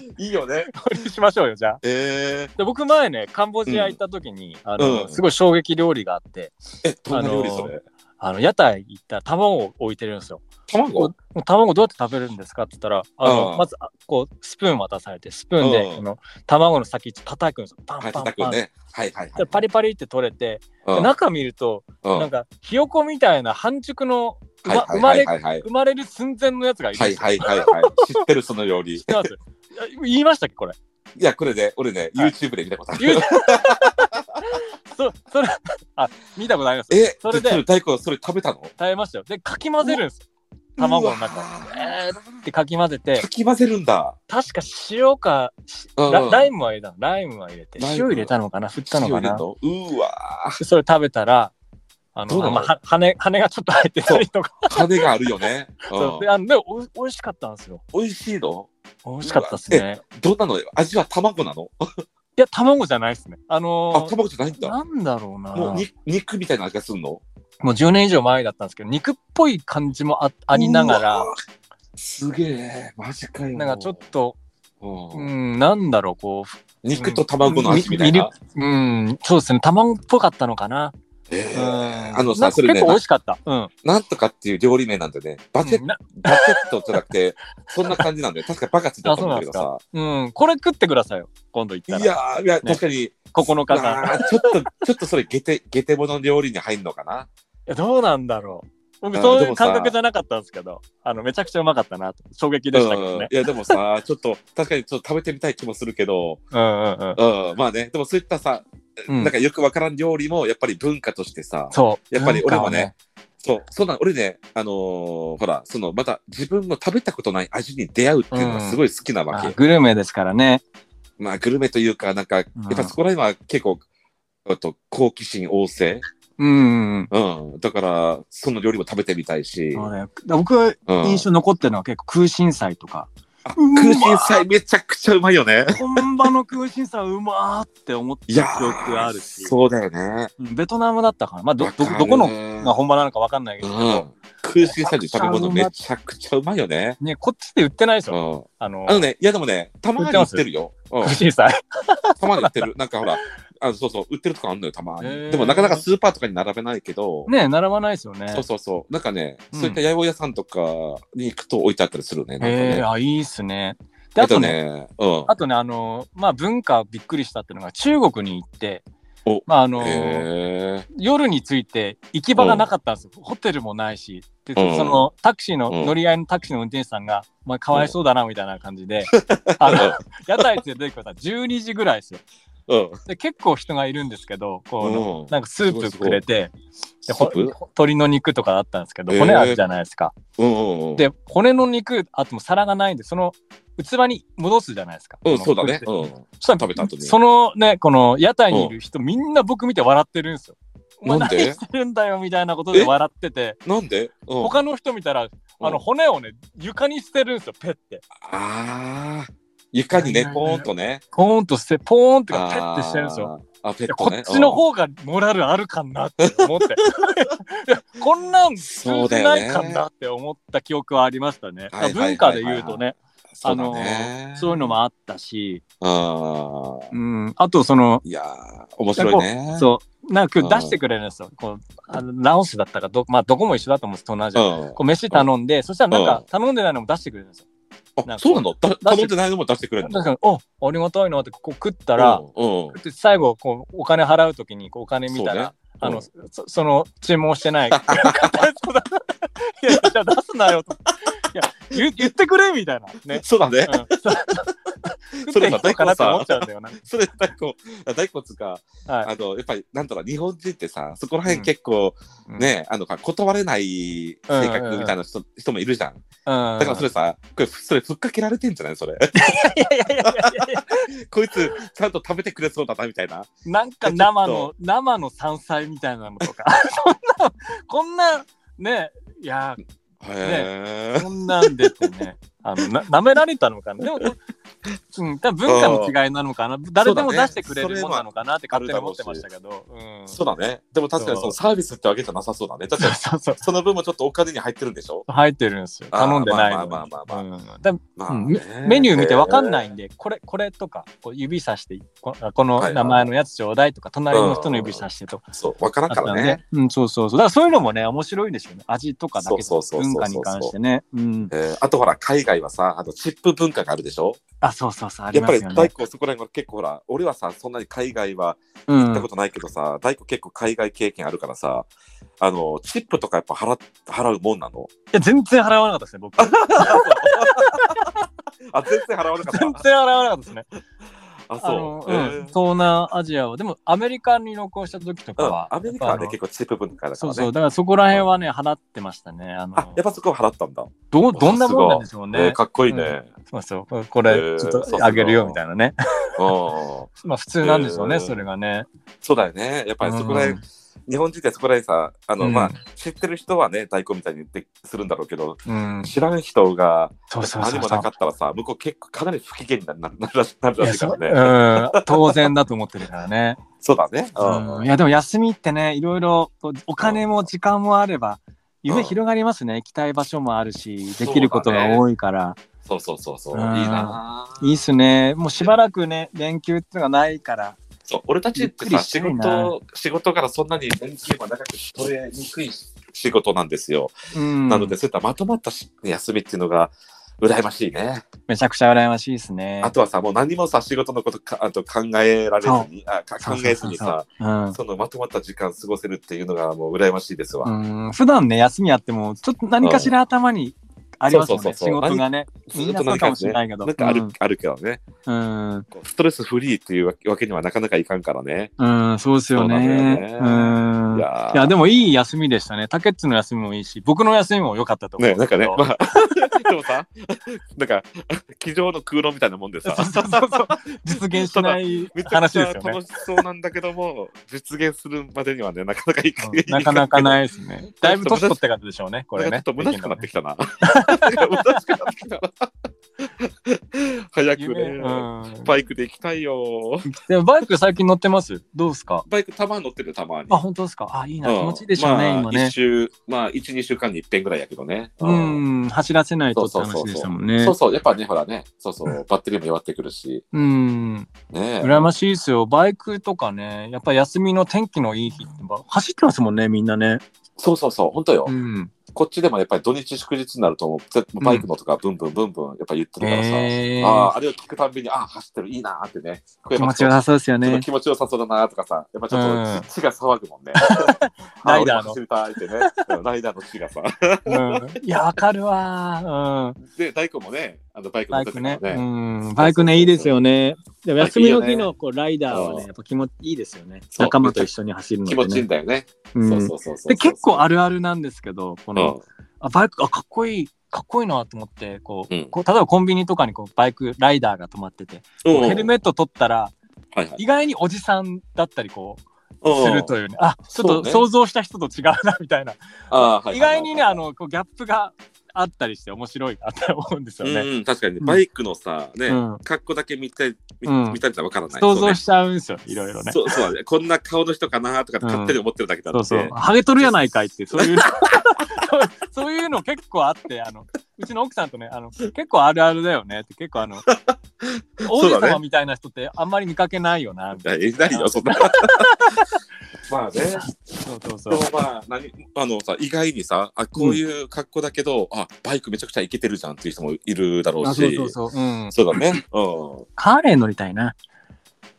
Speaker 2: ね [laughs] いいよね。
Speaker 1: 合流しましょうよじゃあ
Speaker 2: えー、
Speaker 1: で僕前ねカンボジア行った時に、あの
Speaker 2: うん
Speaker 1: すごい衝撃料理があって
Speaker 2: え、どんな料理それ、
Speaker 1: あの屋台行ったら卵を置いてるんですよ
Speaker 2: 卵
Speaker 1: もう卵どうやって食べるんですかって言ったらあの、
Speaker 2: うん
Speaker 1: まずあこうスプーン渡されてスプーンで、
Speaker 2: うん
Speaker 1: この卵の先叩くんですよパン
Speaker 2: は
Speaker 1: パ
Speaker 2: い、
Speaker 1: ンパン、
Speaker 2: 叩くね。はいはいは
Speaker 1: で
Speaker 2: い。
Speaker 1: パリパリって取れて、
Speaker 2: うん
Speaker 1: で中見ると、
Speaker 2: うん
Speaker 1: なんかひよこみたいな半熟のうま生ま
Speaker 2: はい
Speaker 1: れ
Speaker 2: はいはいはい。
Speaker 1: 生まれる寸前のやつがいるん
Speaker 2: は
Speaker 1: で
Speaker 2: い
Speaker 1: すよ
Speaker 2: はいはいはい。知ってるその料理。
Speaker 1: 知
Speaker 2: い
Speaker 1: ってますいや言いましたっけこれ。
Speaker 2: や、これね、俺ね、
Speaker 1: はい
Speaker 2: YouTube で見たことあ
Speaker 1: 言う
Speaker 2: る。
Speaker 1: そそれ [laughs] あ見たことあります。
Speaker 2: え、
Speaker 1: それで
Speaker 2: ちょっと大根、それ食べたの
Speaker 1: 耐えましたよ。でかき混ぜるんですよ。卵の
Speaker 2: うわ
Speaker 1: 中えーってかき混ぜて
Speaker 2: かき混ぜるんだ。
Speaker 1: 確か塩かし
Speaker 2: うん
Speaker 1: ラライムは入れたのライムは入れて
Speaker 2: ライム
Speaker 1: 塩入れたのかな振ったのかな
Speaker 2: 塩入れんのうわ
Speaker 1: それ食べたらあ
Speaker 2: どうな
Speaker 1: の
Speaker 2: の
Speaker 1: まあは羽羽がちょっと入ってたりとか
Speaker 2: ー金があるよね。
Speaker 1: そううんであのでお美味しかったんですよ。
Speaker 2: 美味しいの
Speaker 1: 美味しかったですね。
Speaker 2: どんなの味は卵なの
Speaker 1: いや卵じゃないですね。あ
Speaker 2: あ、
Speaker 1: のー
Speaker 2: 卵じゃないんだ。
Speaker 1: なんだろうな。
Speaker 2: もうに肉みたいな味がするの
Speaker 1: もう10年以上前だったんですけど、肉っぽい感じもあありなが
Speaker 2: う
Speaker 1: ら
Speaker 2: わ、すげえ、マジかよ。
Speaker 1: なんかちょっと、
Speaker 2: う、
Speaker 1: うんん、なんだろう、こう
Speaker 2: 肉と卵の味みたいな。
Speaker 1: ふ、うん、そうですね、卵っぽかったのかな。
Speaker 2: え
Speaker 1: うん、
Speaker 2: ーあの
Speaker 1: な
Speaker 2: さ、
Speaker 1: んか
Speaker 2: それ
Speaker 1: 結
Speaker 2: ね
Speaker 1: 構、美味しかった。うん。うん
Speaker 2: なんとかっていう料理名なんでね、バケット、
Speaker 1: な
Speaker 2: バケットじゃなくて、そんな感じ
Speaker 1: [laughs]
Speaker 2: なんで、確かバカついてたと思うんだけどさ。
Speaker 1: あそうん、これ食ってくださいよ、今度行った
Speaker 2: い
Speaker 1: ら。
Speaker 2: やー、いや、
Speaker 1: ね
Speaker 2: 確かに、
Speaker 1: 9日間。い
Speaker 2: あーちょっと、ちょっとそれ、ゲテ、ゲテモノ料理に入んのかな
Speaker 1: や、どうなんだろう。僕、
Speaker 2: あ
Speaker 1: そう
Speaker 2: で
Speaker 1: いう
Speaker 2: もさ
Speaker 1: 感覚じゃなかったんですけど、あの、めちゃくちゃうまかったなと、衝撃でしたけどね
Speaker 2: うん。いや、でもさ、ちょっと、確かにちょっと食べてみたい気もするけど、
Speaker 1: うんうんうん。
Speaker 2: うん、まあね、でもそういったさ、
Speaker 1: うん
Speaker 2: なんかよくわからん料理も、やっぱり文化としてさ、
Speaker 1: そう。
Speaker 2: やっぱり俺も
Speaker 1: なん
Speaker 2: ね
Speaker 1: か、
Speaker 2: そう、そうなん、俺ね、あのーほら、その、また自分の食べたことない味に出会うっていうのがすごい好きなわけ。
Speaker 1: あグルメですからね。
Speaker 2: まあ、グルメというか、なんか、やっぱそこら辺は結構、あと好奇心旺盛。
Speaker 1: うんうんうん。
Speaker 2: うん。だから、その料理も食べてみたいし。
Speaker 1: そうだよ僕、
Speaker 2: うん、
Speaker 1: 印象に残ってるのは結構空心菜とか、
Speaker 2: あ
Speaker 1: うま
Speaker 2: 空心菜めちゃくちゃうまいよね。
Speaker 1: 本場の空心菜うまーって思った
Speaker 2: い
Speaker 1: 記
Speaker 2: やー
Speaker 1: 憶あるし、
Speaker 2: そうだよね。
Speaker 1: うんベトナムだったから、まあ、ど
Speaker 2: わか
Speaker 1: ど
Speaker 2: るね
Speaker 1: どこのが本場なのかわかんないけ
Speaker 2: う
Speaker 1: ど、
Speaker 2: ん。空心菜で食べ物めちゃくちゃうまいよね。
Speaker 1: ね、こっちで売ってないでし
Speaker 2: うん
Speaker 1: ょ、。あの
Speaker 2: あのね、いやでもね、たまに売ってるよ。うん
Speaker 1: 空。心菜。
Speaker 2: たまに売ってる。なんかほら、あそうそう、売ってるとかあるのよ、たま
Speaker 1: へ
Speaker 2: に。
Speaker 1: ー
Speaker 2: でもなかなかスーパーとかに並べないけど、
Speaker 1: ねえ並ばないですよね。
Speaker 2: そうそうそう、なんかね、
Speaker 1: うん
Speaker 2: そういった八百屋さんとかに行くと置いてあったりするね。なんか
Speaker 1: へえ
Speaker 2: ね。
Speaker 1: あいいっすね。で
Speaker 2: あ
Speaker 1: あと
Speaker 2: と
Speaker 1: ね
Speaker 2: ね、うん。
Speaker 1: あとね、あの、まあ、文化びっくりしたっていうのが、中国に行って
Speaker 2: お、
Speaker 1: まあ、あの、
Speaker 2: へ
Speaker 1: 夜に着いて行き場がなかったんですよ。ホテルもないし。で、
Speaker 2: うん
Speaker 1: そのタクシーの、
Speaker 2: うん
Speaker 1: 乗り合いのタクシーの運転手さんが、まあ、かわいそうだな、みたいな感じで、あの、屋台連れて行くことは12時ぐらいですよ。
Speaker 2: え。うん。
Speaker 1: で、結構人がいるんですけど、こ
Speaker 2: うん
Speaker 1: う、なんかスープくれて、
Speaker 2: ス
Speaker 1: で
Speaker 2: ー
Speaker 1: ほ
Speaker 2: プ
Speaker 1: 鶏の肉とかだったんですけど、
Speaker 2: へえ
Speaker 1: 骨あるじゃないですか。
Speaker 2: うんうんうん。
Speaker 1: で、骨の肉、あともう皿がないんで、その器に戻すじゃないですか。
Speaker 2: うん、
Speaker 1: この
Speaker 2: そうだね。
Speaker 1: 食っ
Speaker 2: うん。
Speaker 1: そした
Speaker 2: 食べた
Speaker 1: ら
Speaker 2: 後、に
Speaker 1: そのね、この屋台にいる人、みんな僕見て笑ってるんですよ。お前
Speaker 2: なんで
Speaker 1: 何してるんだよみたいなことで笑ってて、
Speaker 2: なんでうん
Speaker 1: 他の人見たら、あの、骨をね、床に捨てるんですよ、ペッて。
Speaker 2: ああ、床にね、ポーンとね。
Speaker 1: ポーンと捨て、ポーンってか、ペッ
Speaker 2: あ
Speaker 1: てしてるんですよ。
Speaker 2: ーあ、ペ
Speaker 1: いや
Speaker 2: ッ
Speaker 1: こ
Speaker 2: トね。
Speaker 1: っちの方がモラルあるかなって思って [laughs] いやこんなん
Speaker 2: そ
Speaker 1: 通
Speaker 2: うだよ
Speaker 1: じな
Speaker 2: ね
Speaker 1: いかなって思った記憶はありましたね。だ
Speaker 2: はい
Speaker 1: か
Speaker 2: はい
Speaker 1: ら
Speaker 2: はいはい
Speaker 1: 文化で言うとね
Speaker 2: うん。そ
Speaker 1: あ
Speaker 2: う
Speaker 1: の
Speaker 2: だね。
Speaker 1: そういうのもあったし、
Speaker 2: ああ。
Speaker 1: うん、あとその
Speaker 2: いやー、面白いね。
Speaker 1: そうなんか今日出してくれるんですよ。こうあのラオスだったかど,、まあ、どこも一緒だと思うんです東南アジア。
Speaker 2: うん
Speaker 1: こう飯頼んで、そしたらなん
Speaker 2: うん
Speaker 1: か頼んでないのも出してくれるんですよ。
Speaker 2: あ、
Speaker 1: なんか
Speaker 2: そうなのだ
Speaker 1: 出して
Speaker 2: 頼んでないのも出してくれるの
Speaker 1: 確かに、おありがたいなってここ食った、
Speaker 2: からうん。
Speaker 1: で最後こうお金払うときにこうお金見たら、
Speaker 2: そう
Speaker 1: あ
Speaker 2: ね
Speaker 1: の、
Speaker 2: うん
Speaker 1: そその注文してない [laughs] 方だいやじゃあ出すなよといや言言ってくれみたいなね、
Speaker 2: [laughs] そうだね。
Speaker 1: うん、
Speaker 2: そ
Speaker 1: そ作っ
Speaker 2: れ
Speaker 1: て
Speaker 2: さ
Speaker 1: んのかなって思っちゃうんだよな
Speaker 2: それ大根、あ大根っつうか、
Speaker 1: は
Speaker 2: あの、やっぱり、なんだろう、日本人ってさ、そこら辺結構、
Speaker 1: い、
Speaker 2: ね、あの、断れない性格みたいな人,、人もいるじゃん。
Speaker 1: うん、うん、
Speaker 2: だからそれさ、これ、それ、ふっかけられてんじゃないそれ。 [laughs]
Speaker 1: いやいやいやいやいや
Speaker 2: こいつ、ちゃんと食べてくれそうだな、みたいな。
Speaker 1: なんか生の生の山菜みたいなのとかそんなこんなねいや
Speaker 2: へー
Speaker 1: こんなんでってね、あのな舐められたのかな。でも、うん、多分文化の違いなのかな。誰でも出してくれるもんなのかなって勝手に思ってましたけど。うん
Speaker 2: [laughs] そうだね。でも確かにそのサービスってわけじゃなさそうだね。
Speaker 1: [laughs]
Speaker 2: 確か
Speaker 1: そう
Speaker 2: に、
Speaker 1: そうそう。
Speaker 2: その分もちょっとお金に入ってるんでしょ
Speaker 1: 入ってるんですよ。頼んでないのに
Speaker 2: あーまあまあまあ
Speaker 1: でも
Speaker 2: ま
Speaker 1: うんメメニュー見てわかんないんで、これ、これとか、こう指さして、こ
Speaker 2: は
Speaker 1: この
Speaker 2: い
Speaker 1: 名前のやつちょうだいとか、隣の人の指さしてとか
Speaker 2: へーそう、わからん
Speaker 1: あっ
Speaker 2: か
Speaker 1: た
Speaker 2: ら
Speaker 1: の
Speaker 2: ね
Speaker 1: で。、うん、そうそうそう。だからそういうのもね、面白いでしょうね。味とかだけじゃ
Speaker 2: そう
Speaker 1: な
Speaker 2: そ
Speaker 1: く
Speaker 2: うそうそう
Speaker 1: 文化に関してね。うん。
Speaker 2: えーあとほら、海外はさ、あの、チップ文化があるでしょ
Speaker 1: あ、そうそうそう、あり
Speaker 2: やっ
Speaker 1: ま
Speaker 2: ぱ
Speaker 1: す
Speaker 2: り
Speaker 1: よね。
Speaker 2: 大工そこら辺は結構ほら、俺はさ、そんなに海外は行ったことないけどさ、大工結構海外経験あるからさ、あの、チップとかやっぱ払っ払うもんなの
Speaker 1: いや、全然払わなかったですね、僕。
Speaker 2: あ、全然払わなか
Speaker 1: 全
Speaker 2: っ
Speaker 1: 然払わなかったですね。
Speaker 2: た。あ、
Speaker 1: あの
Speaker 2: そうう。
Speaker 1: ん
Speaker 2: えー
Speaker 1: 東南アジアは、でもアメリカに旅行した時と
Speaker 2: う
Speaker 1: か
Speaker 2: ん
Speaker 1: は、、
Speaker 2: アメリカはね、
Speaker 1: やっぱあの
Speaker 2: 結構チップ文化だか
Speaker 1: そ
Speaker 2: ら
Speaker 1: うそう、
Speaker 2: ね。
Speaker 1: だからそこら辺はね、払ってましたね。あの
Speaker 2: あ、やっぱそこは払ったんだ。
Speaker 1: どうどんなもんなんでしょう
Speaker 2: えー
Speaker 1: ね。
Speaker 2: かっこいいね。
Speaker 1: そうそう、これ、ちょっとあげるよみたいなね。
Speaker 2: うん
Speaker 1: [laughs] まあ、普通なんでしょうね、
Speaker 2: えー
Speaker 1: それがね。
Speaker 2: そうだよね。やっぱりそこらへん、
Speaker 1: うん
Speaker 2: 日本人ってそこらへんさ、あの、
Speaker 1: うん
Speaker 2: まあ、知ってる人はね、大根みたいにできするんだろうけど、
Speaker 1: うん、
Speaker 2: 知らん人が
Speaker 1: そうそう
Speaker 2: 何
Speaker 1: そう
Speaker 2: も
Speaker 1: そ
Speaker 2: な
Speaker 1: う
Speaker 2: か。ったらさ、向こう結構かなり不機嫌になななるらしなる
Speaker 1: い
Speaker 2: ら
Speaker 1: や
Speaker 2: しいか
Speaker 1: そ
Speaker 2: ら
Speaker 1: う
Speaker 2: ね。
Speaker 1: うん、当然だと思ってるからね。
Speaker 2: そうだね。うん
Speaker 1: うん、いやでも休みってねいろいろこうお金も時間もあれば
Speaker 2: う
Speaker 1: 夢
Speaker 2: ん
Speaker 1: 広がりますね、行きたい場所もあるし
Speaker 2: そうだね
Speaker 1: できることが多いから、
Speaker 2: そうそうそうそう。いい
Speaker 1: うん
Speaker 2: なぁ
Speaker 1: いいっすねもうしばらくね連休っていうのがないから
Speaker 2: そう俺たちって
Speaker 1: ゆ
Speaker 2: さ
Speaker 1: っくりし
Speaker 2: 仕
Speaker 1: たいな
Speaker 2: 事仕事からそんなに連休は長く取れにくい仕事なんですよ、
Speaker 1: うん
Speaker 2: なのでそういったまとまったし休みっていうのが羨ましいね、
Speaker 1: めちゃくちゃ羨ましいですね
Speaker 2: あとはさもう何もさ仕事のことかあと考えられずにあか
Speaker 1: そ
Speaker 2: 考
Speaker 1: うそ
Speaker 2: え
Speaker 1: う
Speaker 2: ず
Speaker 1: そう
Speaker 2: に
Speaker 1: そ
Speaker 2: さ
Speaker 1: ううん
Speaker 2: そのまとまった時間過ごせるっていうのがもう羨ましいですわ。
Speaker 1: うん普段ね休みあってもちょっと何かしら頭にありますよ
Speaker 2: そう
Speaker 1: ね
Speaker 2: そうそう
Speaker 1: 仕事がね
Speaker 2: ずっ
Speaker 1: みんな
Speaker 2: と
Speaker 1: そう
Speaker 2: 何
Speaker 1: か
Speaker 2: か,、
Speaker 1: もしれ
Speaker 2: ね、
Speaker 1: な
Speaker 2: ない
Speaker 1: けど
Speaker 2: んかある,、あるけどね
Speaker 1: うん
Speaker 2: こうストレスフリーっていうわけわけにはなかなかいかんからね。
Speaker 1: うん、うん、そうですよ
Speaker 2: そうなんだ
Speaker 1: ね
Speaker 2: よね
Speaker 1: うん
Speaker 2: いやー
Speaker 1: いや、でもいい休みでしたね。タケッツの休みもいいし、僕の休みも良かったと思う。
Speaker 2: ねなんかね、まあ、でもさ、 [laughs] なんか、机上の空論みたいなもんでさ、
Speaker 1: そうそうそうそう。実現
Speaker 2: [laughs]
Speaker 1: しない
Speaker 2: めちゃく
Speaker 1: 話
Speaker 2: ち
Speaker 1: で
Speaker 2: ゃ
Speaker 1: すよね
Speaker 2: 楽。しそうなんだけども、実現するまでにはね、なかなかいか
Speaker 1: うんなかなか
Speaker 2: い。
Speaker 1: ないで
Speaker 2: [laughs]
Speaker 1: すね。だいぶ年取ってからでしょうね、こ
Speaker 2: これ
Speaker 1: れ
Speaker 2: ちょっ [laughs] と
Speaker 1: ね。
Speaker 2: 虚しくなってきたな。なんか虚しくなってきたな。早く
Speaker 1: 夢
Speaker 2: ね、
Speaker 1: うん
Speaker 2: バイクで行きたいよ。
Speaker 1: でもバイク最近乗ってますどうですか
Speaker 2: バイクたまに乗ってるよたまに。
Speaker 1: あ、本当ですかあ、いいな。
Speaker 2: う
Speaker 1: 気
Speaker 2: ん
Speaker 1: 持ちいいでしょうね、
Speaker 2: まあ、
Speaker 1: 今ね
Speaker 2: 一。週、まあ、一、二週間に一遍ぐらいやけどね。
Speaker 1: う。ん、走らせないとって話でしたもんね
Speaker 2: そう。そう、やっぱね、ほらね、そうそう、バッテリーも弱ってくるし、
Speaker 1: うん。
Speaker 2: ね
Speaker 1: 羨ましいですよ。バイクとかね、やっぱ休みの天気のいい日って、走ってますもんね、みんなね。
Speaker 2: そうそうそう、本当よ、
Speaker 1: うん。
Speaker 2: こっちでもやっぱり土日祝日になると思う、絶対バイクのとか、ブンブンブンブン、やっぱ言ってるからさ、
Speaker 1: え
Speaker 2: あ
Speaker 1: ー
Speaker 2: ー、あれを聞くたんびに、あー走ってる、いいなーってね、
Speaker 1: 気持ちよさそうですよ
Speaker 2: ちょっと
Speaker 1: ね。
Speaker 2: 気持ちよさそうだなとかさ、やっぱちょ
Speaker 1: うん
Speaker 2: っと血,、が騒ぐもんね。
Speaker 1: [laughs]
Speaker 2: あ
Speaker 1: ライダーの
Speaker 2: 俺も走りたいってね。うんライダーの血がさ。
Speaker 1: [laughs] うん、いや、わかるわー。うん。
Speaker 2: で、大工もね、あのバイク乗
Speaker 1: バ
Speaker 2: っ
Speaker 1: イ
Speaker 2: てた
Speaker 1: ク
Speaker 2: から
Speaker 1: ね。う
Speaker 2: ね。
Speaker 1: ん。バイクね、いいですよね。でも休みの日のこうライダーは
Speaker 2: うん
Speaker 1: ね、やっぱ気持ちいいですよね。
Speaker 2: そう
Speaker 1: 仲間と一緒に走るの
Speaker 2: 気
Speaker 1: で
Speaker 2: 持ちいいん
Speaker 1: ね。
Speaker 2: だよね。
Speaker 1: うん
Speaker 2: そうそうそうそう。
Speaker 1: で、結構あるあるなんですけど、こ
Speaker 2: う
Speaker 1: の
Speaker 2: ん、
Speaker 1: あバイクあかっこいいかっこいいなと思ってこう、
Speaker 2: うん
Speaker 1: こう例えばコンビニとかにこうバイクライダーが止まってて、
Speaker 2: うん。
Speaker 1: ヘルメット取ったら
Speaker 2: はいはい
Speaker 1: 意外におじさんだったりこう
Speaker 2: うん
Speaker 1: するというねあちょ
Speaker 2: そう
Speaker 1: っと
Speaker 2: ね
Speaker 1: 想像した人と違うなみたいな、
Speaker 2: あーはい
Speaker 1: 意
Speaker 2: はいはい
Speaker 1: 外にねあのこうギャップがあったりして面白いなって思うんですよ
Speaker 2: う
Speaker 1: ね。
Speaker 2: んうん、確かにね
Speaker 1: うん
Speaker 2: バイクのさ、ね、
Speaker 1: うん
Speaker 2: 格好だけ見て、見
Speaker 1: うん
Speaker 2: 見たりじゃわからない。
Speaker 1: 想像しちゃうんですよ、いろいろね。
Speaker 2: そうそうだね。こんな顔の人かなとかって勝手に思ってるだけだ
Speaker 1: そう
Speaker 2: って。
Speaker 1: そう、ハゲとるやないかいって、そういう
Speaker 2: [laughs]
Speaker 1: そう、そういうの結構あって、あの、うちの奥さんとね、あの、結構あるあるだよねって、結構あ
Speaker 2: [laughs]
Speaker 1: の、王
Speaker 2: そう
Speaker 1: 子
Speaker 2: だね
Speaker 1: 様みたいな人ってあんまり見かけないよな、みたい
Speaker 2: いやないよ、そんな。 [laughs] まあね。
Speaker 1: な。そうそう
Speaker 2: で
Speaker 1: そう
Speaker 2: も。まあ、何あのさ、意外にさ、あこういう格好だけど、あバイクめちゃくちゃイケてるじゃんっていう人もいるだろう
Speaker 1: あ
Speaker 2: し、
Speaker 1: そうそうそう、うん。
Speaker 2: そうだね。うん。
Speaker 1: カーレー乗りたいな。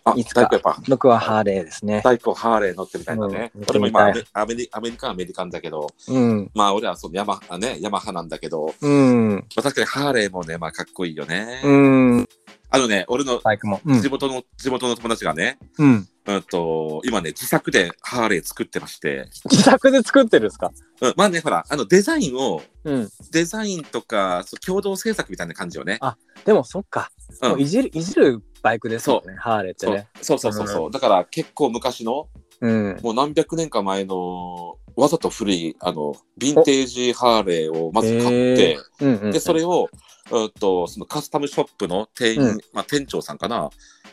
Speaker 2: あ、
Speaker 1: いつか
Speaker 2: 大工やっぱ、
Speaker 1: 僕はハーレーですね。
Speaker 2: 大工ハーレー乗ってみたいなね。
Speaker 1: うん
Speaker 2: 俺も今ア
Speaker 1: 乗って
Speaker 2: メアメリ、アメリカはアメリカンだけど、
Speaker 1: うん。
Speaker 2: まあ俺はそのヤマ、あね、ヤマハなんだけど、
Speaker 1: うん。
Speaker 2: まあ、確かにハーレーもね、まあかっこいいよね。
Speaker 1: うん。
Speaker 2: あのね、俺の
Speaker 1: バイクも。うん
Speaker 2: 地。元の、地元の友達がね、
Speaker 1: うん、
Speaker 2: うんと、今ね、自作でハーレー作ってまして、
Speaker 1: 自宅で作ってるんですか
Speaker 2: うん、まあね、ほら、あのデザインを、
Speaker 1: うん。
Speaker 2: デザインとか、そう共同制作みたいな感じよね。
Speaker 1: でも、そっか。
Speaker 2: うん
Speaker 1: もういじる、いじるバイクですよね、ハーレーって
Speaker 2: そう
Speaker 1: ね。
Speaker 2: そうそうそうそう、だから結構昔の
Speaker 1: うん。
Speaker 2: もう何百年か前のわざと古いあのヴィンテージハーレーをまず買って、
Speaker 1: うんうん
Speaker 2: でそれを、うん、とそのカスタムショップの店員、
Speaker 1: うん
Speaker 2: まあ、店長さんかな、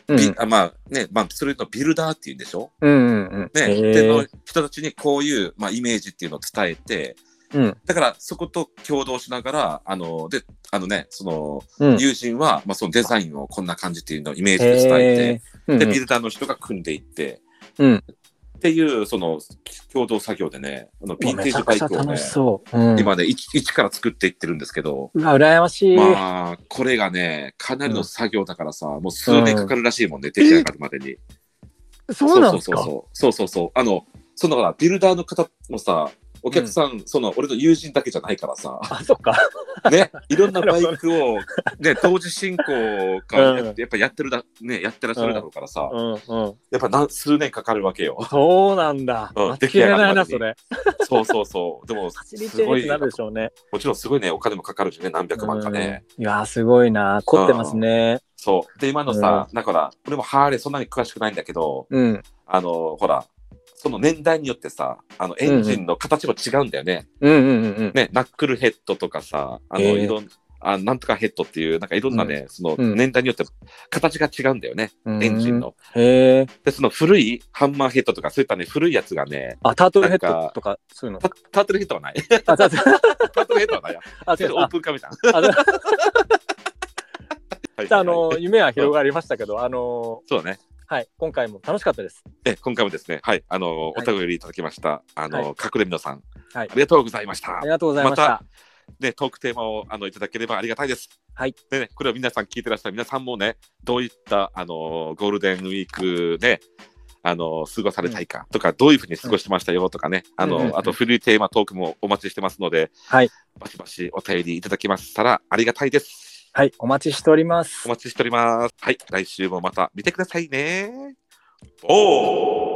Speaker 1: うん
Speaker 2: ビあまあねまあ、それのビルダーっていうんでしょ、
Speaker 1: うんうんうん。
Speaker 2: ね
Speaker 1: へー
Speaker 2: での人たちにこういう、まあ、イメージっていうのを伝えて
Speaker 1: うん。
Speaker 2: だからそこと共同しながらあのであのねその
Speaker 1: うん。
Speaker 2: 友人は、まあ、そのデザインをこんな感じっていうのをイメージで伝えて
Speaker 1: へ。ー
Speaker 2: で、ビルダーの人が組んでいって、
Speaker 1: うん
Speaker 2: っていう、その、共同作業でね、あの、
Speaker 1: う
Speaker 2: ヴィ
Speaker 1: ん
Speaker 2: ン
Speaker 1: め
Speaker 2: テ
Speaker 1: ち
Speaker 2: ー
Speaker 1: ゃ
Speaker 2: ジバ
Speaker 1: く
Speaker 2: イ
Speaker 1: ちゃ
Speaker 2: クをね
Speaker 1: 楽し、そう。うん。
Speaker 2: 今ね一、一から作っていってるんですけど、
Speaker 1: うわ、羨ましい。
Speaker 2: まあ、これがね、かなりの作業だからさ、もう数年かかるらしいもんね、出来上がるまでに。
Speaker 1: そうなんですか
Speaker 2: そうそうそうそう。そうそうそう。あの、そのほら、ビルダーの方もさ、お客さん、その、俺の友人だけじゃないから
Speaker 1: [laughs]
Speaker 2: さ、
Speaker 1: あ、そっか。
Speaker 2: ね、いろんなバイクを、ね、同時進行からやっ、やっぱやってるだ、ね、やってらっしゃるだろうからさ、
Speaker 1: うんうん。
Speaker 2: やっぱ何数年かかるわけよ。
Speaker 1: そうなんだ。
Speaker 2: うん
Speaker 1: 待ちきれないな、
Speaker 2: 出来上
Speaker 1: そ
Speaker 2: が
Speaker 1: れ。
Speaker 2: そうそうそう。でも、
Speaker 1: 走り
Speaker 2: す
Speaker 1: て
Speaker 2: ご
Speaker 1: る
Speaker 2: い、
Speaker 1: なるでしょうね。
Speaker 2: もちろんすごいね、お金もかかるしね、何百万かね。
Speaker 1: うんいやー、すごいな。凝ってますね。
Speaker 2: そう。で、今のさ、だから、俺もハーレーそんなに詳しくないんだけど、
Speaker 1: うん。
Speaker 2: あの、ほら、その年代によってさ、あの、エンジンの形も違うんだよね。
Speaker 1: うんうんうんうん。
Speaker 2: ね、ナックルヘッドとかさ、あの、
Speaker 1: ええ
Speaker 2: いろんあなんとかヘッドっていう、なんかいろんなね、その
Speaker 1: うん
Speaker 2: 年代によって形が違うんだよね、
Speaker 1: うん
Speaker 2: エンジン。の。
Speaker 1: へえ。
Speaker 2: で、その古いハンマーヘッドとか、そういったね、古いやつがね、
Speaker 1: あ、タートルヘッドとか、そういうの。
Speaker 2: タタートルヘッドは
Speaker 1: [laughs]
Speaker 2: ない。
Speaker 1: あ、タートル
Speaker 2: タートルヘッドはないや。
Speaker 1: あ、
Speaker 2: ち
Speaker 1: 違
Speaker 2: ょっ
Speaker 1: う
Speaker 2: とオー
Speaker 1: あ
Speaker 2: プンカメラ。
Speaker 1: あの
Speaker 2: はい
Speaker 1: あの、夢は広がりましたけど、あの、
Speaker 2: そうだね。
Speaker 1: はい、今回も楽しかったです。
Speaker 2: え、今回もですね、はい、あの、
Speaker 1: はい
Speaker 2: お便りいただきました、あの、
Speaker 1: はい
Speaker 2: 隠れみのさん、
Speaker 1: はい
Speaker 2: ありがとうございまし
Speaker 1: あ
Speaker 2: た
Speaker 1: り。がとうございま
Speaker 2: ま
Speaker 1: した。
Speaker 2: ね、トークテーマを、あの、いただければありがたいです。
Speaker 1: はい。
Speaker 2: でね、これを皆さん聞いてらっしゃる皆さんもね、どういった、あの、ゴールデンウィークで、あの、過ごされたいかとか、どういうふうに過ごしてましたよとかね、あ
Speaker 1: うんうんうん
Speaker 2: の、あと、古いテーマトークもお待ちしてますので、
Speaker 1: はい。
Speaker 2: バシバシお便りいただきましたらありがたいです。
Speaker 1: はい、お待ちしております
Speaker 2: お。待ちしております。はい、来週もまた見てくださいね。おー